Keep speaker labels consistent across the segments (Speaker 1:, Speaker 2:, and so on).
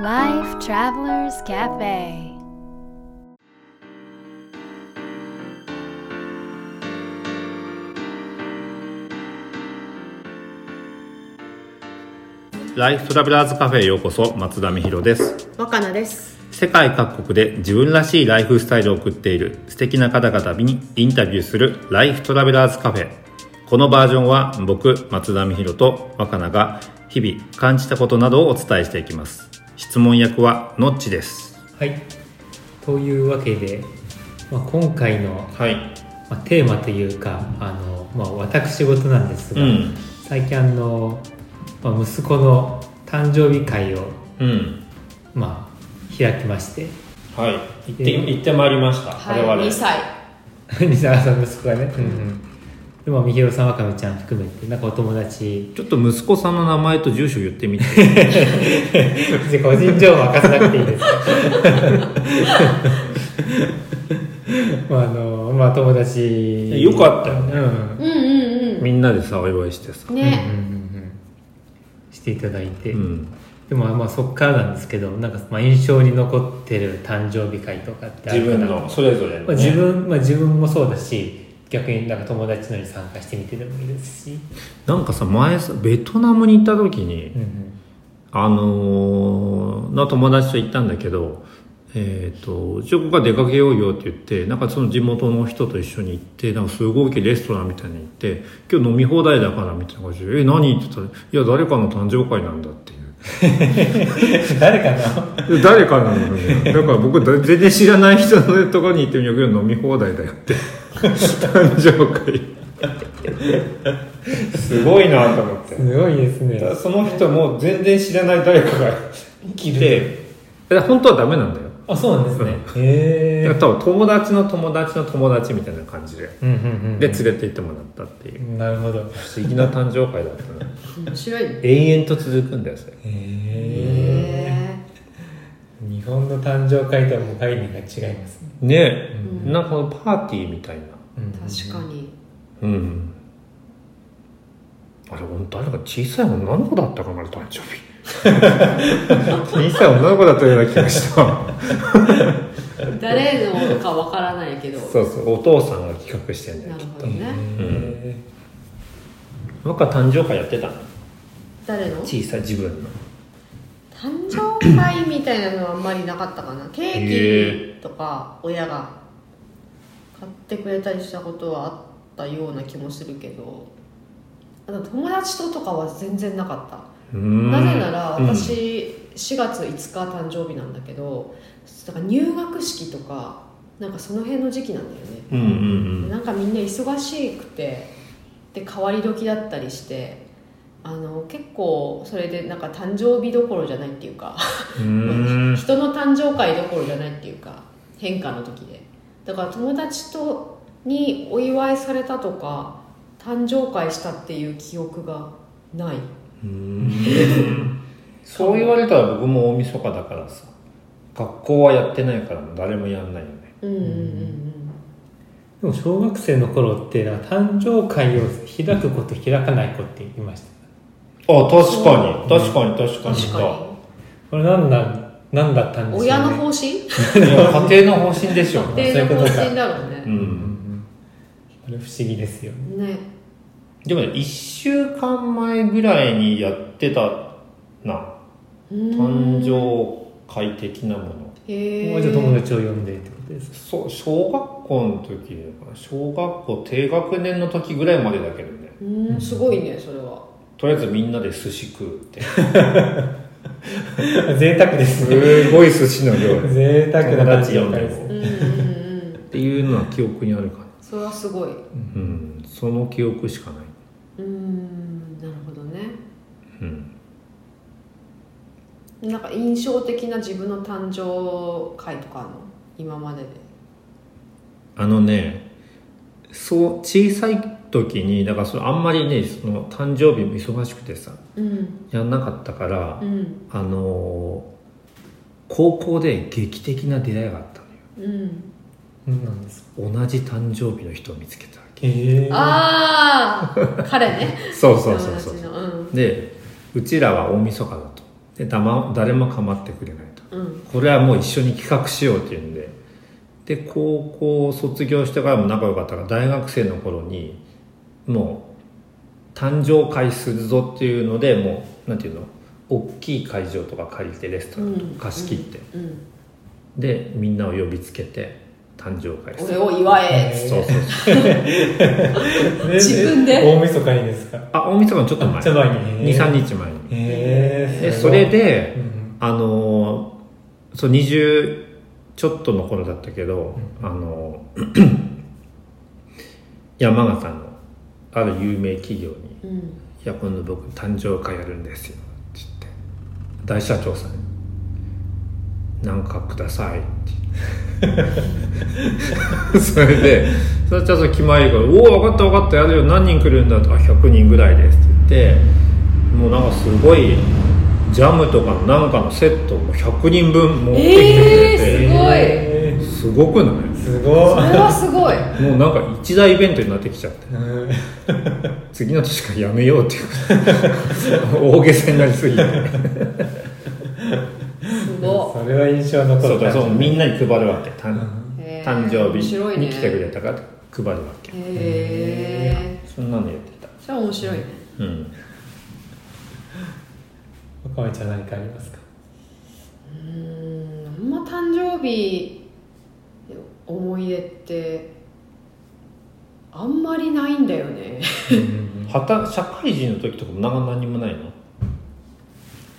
Speaker 1: Life Travelers Cafe
Speaker 2: ライフトラベラーズカフェへようこそ松田美弘です
Speaker 3: 若菜です
Speaker 2: 世界各国で自分らしいライフスタイルを送っている素敵な方々にインタビューするライフトラベラーズカフェこのバージョンは僕松田美弘と若菜が日々感じたことなどをお伝えしていきます質問役はのっちです
Speaker 4: はい、というわけで、まあ、今回の、
Speaker 2: はい
Speaker 4: まあ、テーマというかあの、まあ、私事なんです
Speaker 2: う
Speaker 4: が、
Speaker 2: ん
Speaker 4: 最近あの、まあ、息子の誕生日会を、
Speaker 2: うん
Speaker 4: まあ、開きまして
Speaker 2: はい行
Speaker 4: って行
Speaker 2: ってまいりました
Speaker 3: 2歳
Speaker 4: 三沢さんの息子がね、うんうん、でもみひろさんわかめちゃん含めてなんかお友達
Speaker 2: ちょっと息子さんの名前と住所言ってみて
Speaker 4: 別に個人情報明かさなくていいです まああのまあ友 達
Speaker 2: よかったよね
Speaker 4: うん
Speaker 3: うんうん
Speaker 2: みんなでさお祝いしてさ
Speaker 3: うんね、
Speaker 4: うんうんうんうんしていただいて、
Speaker 2: うん
Speaker 4: でもまあそっからなんですけどなんかまあ印象に残ってる誕生日会とかってある
Speaker 2: 自
Speaker 4: かな
Speaker 2: 分のそれぞれのね、
Speaker 4: まあ、自分まあ自分もそうだし逆になんか友達のに参加してみてでもいいですし、
Speaker 2: なんかさ前さベトナムに行った時に、
Speaker 4: うん うん
Speaker 2: あのーの友達と行ったんだけどえっ、とうちここから出かけようよって言ってなんかその地元の人と一緒に行ってなんかすごい大きいレストランみたいに行って今日飲み放題だからみたいな感じで「え何?」って言ったら「いや誰かの誕生会なんだ」っていう。
Speaker 4: 誰かな
Speaker 2: 誰かなのよねだから僕だ全然知らない人のところに行ってみようけど飲み放題だよって誕生会すごいなと思って
Speaker 4: すごいですね
Speaker 2: その人も全然知らない誰かが来てえ本当はダメなんだよ
Speaker 4: あそうなんですねへえ
Speaker 2: 多分友達の友達の友達みたいな感じで
Speaker 4: うんうんうん
Speaker 2: で連れて行ってもらったっていう
Speaker 4: なるほ
Speaker 2: 不
Speaker 4: ど
Speaker 2: 思議な誕生会だったね
Speaker 3: 面白いね
Speaker 2: 永遠と続くんだよそれ
Speaker 4: へえ日本の誕生会とはもう概念が違いますね、
Speaker 2: ねえ、なんかこのパーティーみたいな
Speaker 4: うん
Speaker 3: 確かに
Speaker 2: うんあれ本当誰か小さい女の子だったかなあれ誕 生日小さい女の子だったような気がした
Speaker 3: 誰のかわからないけど
Speaker 2: そうそうお父さんが企画してんだよ
Speaker 3: なるほどね
Speaker 2: うんなんか誕生会やってたの
Speaker 3: 誰の誕
Speaker 2: 小さい自分の
Speaker 3: 生会みたいなのはあんまりなかったかなケーキとか親が買ってくれたりしたことはあったような気もするけどあと友達ととかは全然なかったなぜなら
Speaker 2: うん
Speaker 3: 私4月5日誕生日なんだけどだから入学式とかなんかその辺の時期なんだよね、
Speaker 2: うんうん
Speaker 3: なんかみんな忙しくてで変わり時だったりしてあの結構それでなんか誕生日どころじゃないっていうか
Speaker 2: うんうーん
Speaker 3: 人の誕生会どころじゃないっていうか変化の時でだから友達とにお祝いされたとか誕生会したっていう記憶がない
Speaker 2: そう言われたら僕も大晦日だからさ学校はやってないからもう誰もやんないよね
Speaker 3: うんうんうんうん
Speaker 4: でも小学生の頃ってなんか誕生会を開く子と開かない子っていました
Speaker 2: あ確かに確かに確かに
Speaker 3: 確か
Speaker 4: これ何なんなんだったん
Speaker 3: に
Speaker 4: ですか、
Speaker 3: 親
Speaker 4: ね、
Speaker 3: の方針
Speaker 2: にいや家庭の方針でしょうね
Speaker 3: 家庭の方針だろう
Speaker 2: う
Speaker 3: ね
Speaker 2: ん
Speaker 4: これ不思議ですよね
Speaker 3: ね
Speaker 2: でもね1週間前ぐらいにやってたな
Speaker 3: うーん
Speaker 2: 誕生会的なもの
Speaker 3: へ
Speaker 4: もう
Speaker 3: え
Speaker 4: ちょっと友達を呼んでってことですか
Speaker 2: そう小学校の時なのかな小学校低学年の時ぐらいまでだけどね
Speaker 3: うーんすごいねそれは
Speaker 2: とりあえずみんなで寿司食うって
Speaker 4: 贅沢ですね
Speaker 2: すごい寿司の量っ
Speaker 4: 贅沢
Speaker 2: 友
Speaker 4: な誕
Speaker 2: 達呼ん
Speaker 4: 生
Speaker 2: でも
Speaker 4: 会です
Speaker 3: う
Speaker 4: ね
Speaker 3: んうんうん
Speaker 2: ていうのは記憶にあるかな
Speaker 3: それはすごいう
Speaker 2: うんその記憶しかない
Speaker 3: ーんなるほどね
Speaker 2: うん
Speaker 3: なんか印象的な自分の誕生会とかあるの今までで
Speaker 2: あのねそう小さい時にだからそれあんまりねその誕生日も忙しくてさ
Speaker 3: うん
Speaker 2: やんなかったから、
Speaker 3: うん
Speaker 2: あのー高校で劇的な出会いがあった
Speaker 3: うん
Speaker 4: うんなんですか
Speaker 2: のよ同じ誕生日の人を見つけたわけ
Speaker 4: へえ
Speaker 3: ああ彼ね
Speaker 2: そうそうそうそう
Speaker 3: 友達のうん
Speaker 2: でうちらは大晦日だとででだま誰も構ってくれないと
Speaker 3: うん
Speaker 2: これはもう一緒に企画しようっていうんでで高校を卒業してからも仲良かったから大学生の頃にもう誕生会するぞっていうのでもうなんていうの大きい会場とか借りてレストランとか貸し切って、
Speaker 3: うん
Speaker 2: でみんなを呼びつけて誕生会す
Speaker 3: 俺
Speaker 2: る
Speaker 3: を祝え
Speaker 4: え
Speaker 2: そうそうそう
Speaker 3: 自分で
Speaker 4: 大晦日にですか
Speaker 2: あ大晦日のちょっと
Speaker 4: めっちゃ
Speaker 2: 前
Speaker 4: 前にね
Speaker 2: 23日前に
Speaker 4: へえ
Speaker 2: でそれで
Speaker 4: うん
Speaker 2: あのーそう20ちょっとの頃だったけど、あのー 山形のある有名企業に
Speaker 3: うん
Speaker 2: 「いや今度僕誕生会やるんですよ」って言って大社長さんに「なんかください」って 言ってそれでそれちょっと決まりから「おお分かった分かったやるよ何人来るんだ」とか「100人ぐらいです」って言ってもうなんかすごいジャムとかのなんかのセットを100人分持ってきてくれて、
Speaker 3: えーごい
Speaker 4: えー
Speaker 2: すごくない
Speaker 4: す
Speaker 3: そ
Speaker 4: ごい
Speaker 3: れはすごい
Speaker 2: もうなんか一大イベントになってきちゃって
Speaker 4: うん
Speaker 2: 次の年からやめようっていう 大げさになりすぎて
Speaker 3: すご
Speaker 4: それは印象残
Speaker 2: そ
Speaker 4: っ
Speaker 2: うだ
Speaker 4: た
Speaker 2: そうみんなに配るわけ誕
Speaker 3: いへー
Speaker 2: 誕生
Speaker 3: 面白
Speaker 2: 日
Speaker 3: いね
Speaker 2: に来てくれたから配るわけ、
Speaker 3: へえ
Speaker 2: そんなのやってた
Speaker 3: それは面白いね
Speaker 2: うん
Speaker 4: 若林ちゃん何かありますか
Speaker 3: うーんあんま誕生日思い出ってあんまりないんだよね
Speaker 2: はた社会人の時とかもなんか何もないの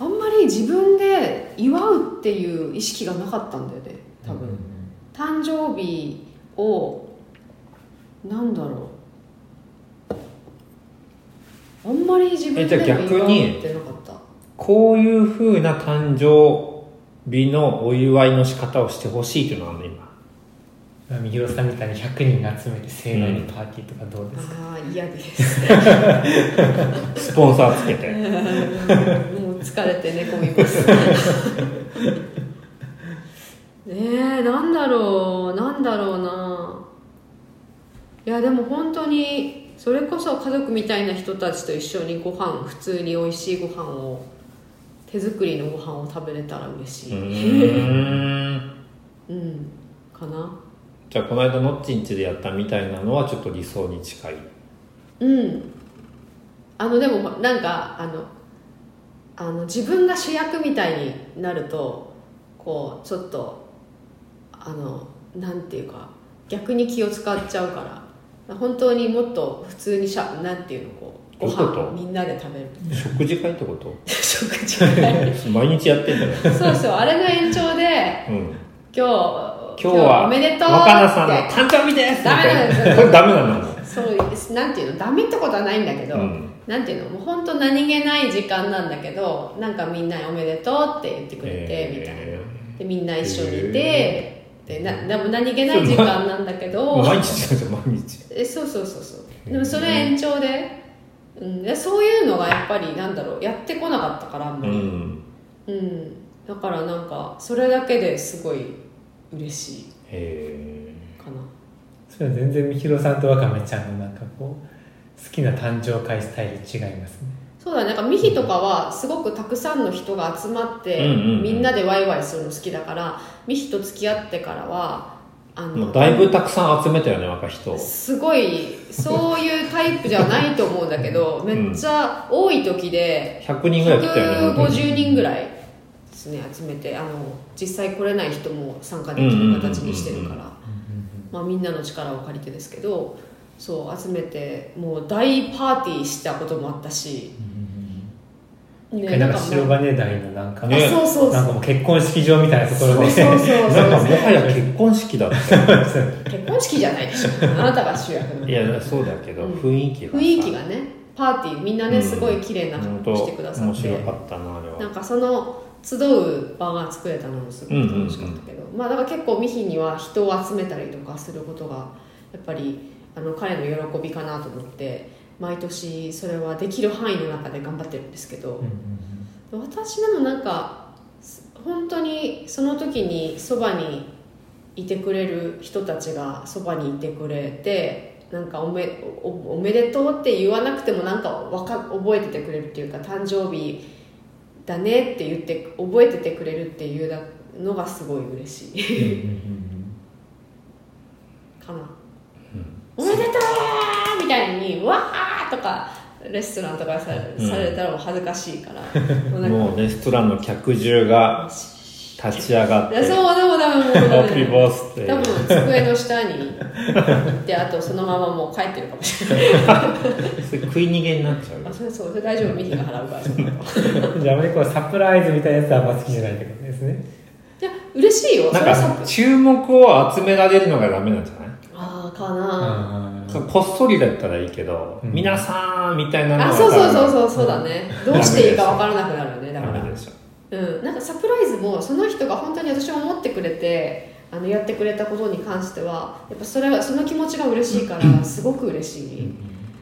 Speaker 3: あんまり自分で祝うっていう意識がなかったんだよね多分、誕生日をなんだろうあんまり自分で
Speaker 2: え
Speaker 3: も
Speaker 2: じゃあ逆に
Speaker 3: 祝うってなかった
Speaker 2: こういうふうな誕生日のお祝いの仕方をしてほしいっていうのはあるの今
Speaker 4: 三浦さんみたいに100人集めて盛大にパーティーとかどうですか、
Speaker 3: ああ嫌です
Speaker 2: スポンサーつけ て
Speaker 3: もう疲れて寝込みます ねえなんだろうなんだろうないやでも本当にそれこそ家族みたいな人たちと一緒にご飯普通に美味しいご飯を手作りのご飯を食べれたら嬉し
Speaker 2: う
Speaker 3: い
Speaker 2: ーん
Speaker 3: うん、かな
Speaker 2: じゃあこの間のっちんちでやったみたいなのはちょっと理想に近い
Speaker 3: うんあのでもなんかあのあの自分が主役みたいになるとこうちょっとあのなんていうか逆に気を使っちゃうから本当にもっと普通にしゃなんていうのこうご
Speaker 2: どういうこと
Speaker 3: 飯をみんなで食べる
Speaker 2: 食事会ってこと
Speaker 3: 食事会
Speaker 2: 毎日やってんだよ、
Speaker 3: そうそうあれの延長で
Speaker 2: うん
Speaker 3: 今日
Speaker 2: 今日は
Speaker 3: おめでとうって
Speaker 2: 若菜さんの誕生日ですみ
Speaker 3: ダメ
Speaker 2: た
Speaker 3: なんです
Speaker 2: い
Speaker 3: よ
Speaker 2: なこれダメなの
Speaker 3: そうなんていうのダメってことはないんだけど、
Speaker 2: うん
Speaker 3: なんていうのもう本当何気ない時間なんだけどなんかみんなに「おめでとう」って言ってくれて、
Speaker 2: えー
Speaker 3: みたいなでみんな一緒にいて、でなでも何気ない時間なんだけ ど
Speaker 2: 毎日じゃん毎日
Speaker 3: えそうそうそうそうでもそれ延長で,、うん、でそういうのがやっぱりなんだろうやってこなかったからあん
Speaker 2: う
Speaker 3: まり、うん
Speaker 2: ん
Speaker 3: だからなんかそれだけですごい嬉しい
Speaker 2: え
Speaker 3: かな
Speaker 4: それは全然三浦さんと若林ちゃんのなんかこう好きな誕生会スタイル違いますね
Speaker 3: そうだねなんかミヒとかはすごくたくさんの人が集まって、
Speaker 2: うんうんうん
Speaker 3: みんなでワイワイするの好きだからミヒと付き合ってからはあ
Speaker 2: ーも
Speaker 3: の
Speaker 2: うだいぶたくさん集めたよね若い人
Speaker 3: すごいそういうタイプじゃないと思うんだけどめっちゃ多い時で
Speaker 2: 100人ぐらい来たよね本当に
Speaker 3: 150人ぐらいですね集めてあの実際来れない人も参加できる形にしてるから、まあ、みんなの力を借りてですけどそう集めてもう大パーティーしたこともあったし、ね
Speaker 4: なんか
Speaker 3: も
Speaker 4: 白
Speaker 3: う
Speaker 4: 金台のなんか、
Speaker 2: ね
Speaker 3: あそうそう
Speaker 4: なん
Speaker 3: そ
Speaker 4: かもう結婚式場みたいなところ
Speaker 3: う
Speaker 4: で
Speaker 3: そうそう
Speaker 2: なんかも
Speaker 3: そう
Speaker 2: はや結婚式だったよ
Speaker 3: 結婚式じゃないでしょあなたが主役の
Speaker 2: いやそうだけど
Speaker 3: うん
Speaker 2: 雰囲気がさ
Speaker 3: 雰囲気がねパーティーみんなね、
Speaker 2: うん
Speaker 3: すごい綺麗な
Speaker 2: 本
Speaker 3: 服
Speaker 2: 当
Speaker 3: をしてくださ
Speaker 2: 面
Speaker 3: って
Speaker 2: 白かったなあれ
Speaker 3: な
Speaker 2: は
Speaker 3: んかその集う場が作れたのもすごく楽しかったけど、まあだから結構ミヒには人を集めたりとかすることがやっぱりあの彼の喜びかなと思って毎年それはできる範囲の中で頑張ってるんですけど
Speaker 4: うんう、ん
Speaker 3: 私でもなんかす本当にその時にそばにいてくれる人たちがそばにいてくれてなんかおめおおおめでとうって言わなくてもなんかわか覚えててくれるっていうか誕生日だねって言って覚えててくれるっていうのがすごい嬉しい
Speaker 2: う んうんうん
Speaker 3: かな、おめでとうみたいにわーとかレストランとかさ,、
Speaker 2: うん
Speaker 3: されたらもう恥ずかしい からもう
Speaker 2: う
Speaker 3: なんんか
Speaker 2: もうレストランの客中が立ち上がっ
Speaker 3: いや
Speaker 2: て
Speaker 3: そう
Speaker 2: ハ
Speaker 3: でも多分もう
Speaker 2: ッピーバースデ
Speaker 3: 多
Speaker 2: ー
Speaker 3: 分机の下に行ってあとそのままもう帰ってるかもしれない
Speaker 2: それ食い逃げになっちゃう
Speaker 3: あそれそうそれ大丈夫ミヒが払うからそんなの
Speaker 4: じゃああまりこうサプライズみたいなやつはあんま好きじゃないってことですね
Speaker 3: いや嬉しい
Speaker 2: な
Speaker 3: よ
Speaker 2: ん
Speaker 3: それ
Speaker 2: か
Speaker 3: はさ
Speaker 2: 注目を集められるのがダメなんじゃない、
Speaker 3: ああかな
Speaker 2: そうこっそりだったらいいけど、
Speaker 4: うん
Speaker 2: 皆さんみたいなの
Speaker 3: あ
Speaker 2: は
Speaker 3: そうそうそ
Speaker 2: う
Speaker 3: うそうそうだねどうしていいか分からなくなるねだ
Speaker 2: ダ
Speaker 3: か
Speaker 2: メ
Speaker 3: ら
Speaker 2: でしょ
Speaker 3: うんなんかサプライズもその人が本当に私を思ってくれてあのやってくれたことに関してはやっぱそれはその気持ちが嬉しいからすごく嬉しい、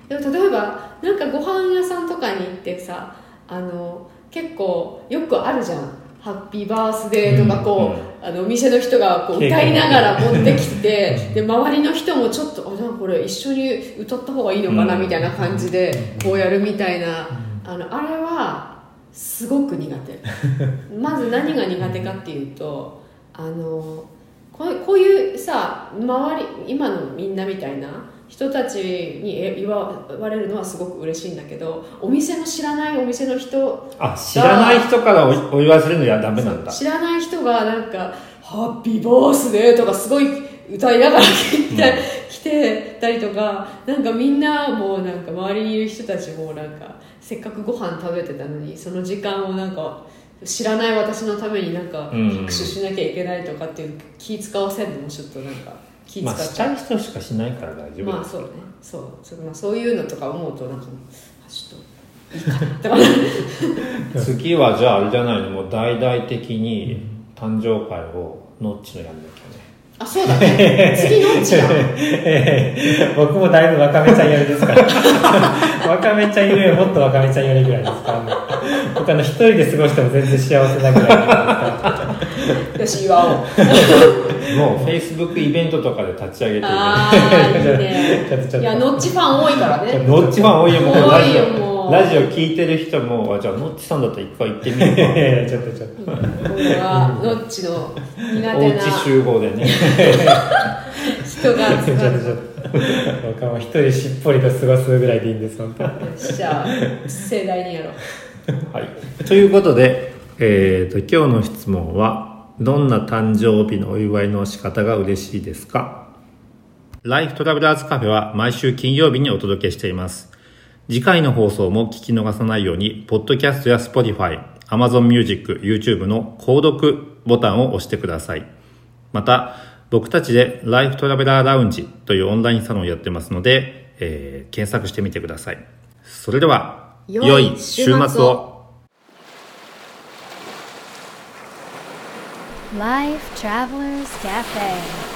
Speaker 3: でも例えばなんかご飯屋さんとかに行ってさあの結構よくあるじゃん「ハッピーバースデー」とかこう、あのお店の人がこう
Speaker 4: ケーキ
Speaker 3: 歌いながら持ってき てで周りの人もちょっと「あなんかこれ一緒に歌った方がいいのかな」
Speaker 2: うん
Speaker 3: みたいな感じでこうやるみたいな、あのあれはすごく苦手。 まず何が苦手かっていうとあのこうこういうさ周り今のみんなみたいな人たちにえ言わ言われるのはすごく嬉しいんだけどお店の知らないお店の人
Speaker 2: あ知らない人からおお祝いするのはダメなんだ
Speaker 3: 知らない人がなんか「ハッピーバースデー」とかすごい歌いながら来て,、来てたりとかなんかみんなもうなんか周りにいる人たちもなんかせっかくご飯食べてたのにその時間をなんか知らない私のためになんか
Speaker 2: うん
Speaker 3: 拍手しなきゃいけないとかっていう気使わせるのもちょっとなんか気使
Speaker 2: まあ
Speaker 3: っ
Speaker 2: し
Speaker 3: ちゃう
Speaker 2: たい人しかしないから大丈夫
Speaker 3: まあそうねそうそう,、まあ、そういうのとか思うとなんかあちょっといいかな って
Speaker 2: 次はじゃああれじゃないのもう大々的に誕生会をノッチのやんなきゃ
Speaker 3: あそうだね次のうちだ
Speaker 4: ええ僕もだいぶわかめちゃん寄りですから わかめちゃんよりもっとわかめちゃん寄りぐらいですから、ね、僕あの一人で過ごしても全然幸せなぐらいなんで
Speaker 3: よし岩尾
Speaker 2: ねもうフェイスブックイベントとかで立ち上げてる
Speaker 3: ああいい
Speaker 4: ちょっとちょ
Speaker 3: ね
Speaker 4: っと
Speaker 3: いやノッチファン多いからね
Speaker 2: ノッチファン多いよもうラジ
Speaker 3: 多いよも
Speaker 2: オ
Speaker 3: う
Speaker 2: ラジオ聞いてる人もあじゃあノッチさんだったら一回行ってみよう
Speaker 4: すかい
Speaker 2: か
Speaker 4: やいやちょっとちょっと
Speaker 3: これはノッチの苦
Speaker 2: お
Speaker 3: 手
Speaker 2: う
Speaker 3: な
Speaker 2: ち集合でね
Speaker 3: 人が
Speaker 4: ち
Speaker 3: 集
Speaker 4: ょっと
Speaker 3: まる
Speaker 4: ちょっと僕はもう一人しっぽりと過ごすぐらいでいいんです本当に
Speaker 3: じゃあ盛大にやろう
Speaker 2: はい、ということで、えー、と今日の質問は「どんな誕生日のお祝いの仕方が嬉しいですか?」ライフトラベラーズカフェは毎週金曜日にお届けしています。次回の放送も聞き逃さないように、ポッドキャストや Spotify、Amazon Music、YouTube の購読ボタンを押してください。また、僕たちでライフトラベラーラウンジというオンラインサロンをやってますので、えー検索してみてください。それでは、
Speaker 1: 良い
Speaker 2: 良い週末
Speaker 1: 週末
Speaker 2: を
Speaker 1: を。Life Travelers Cafe.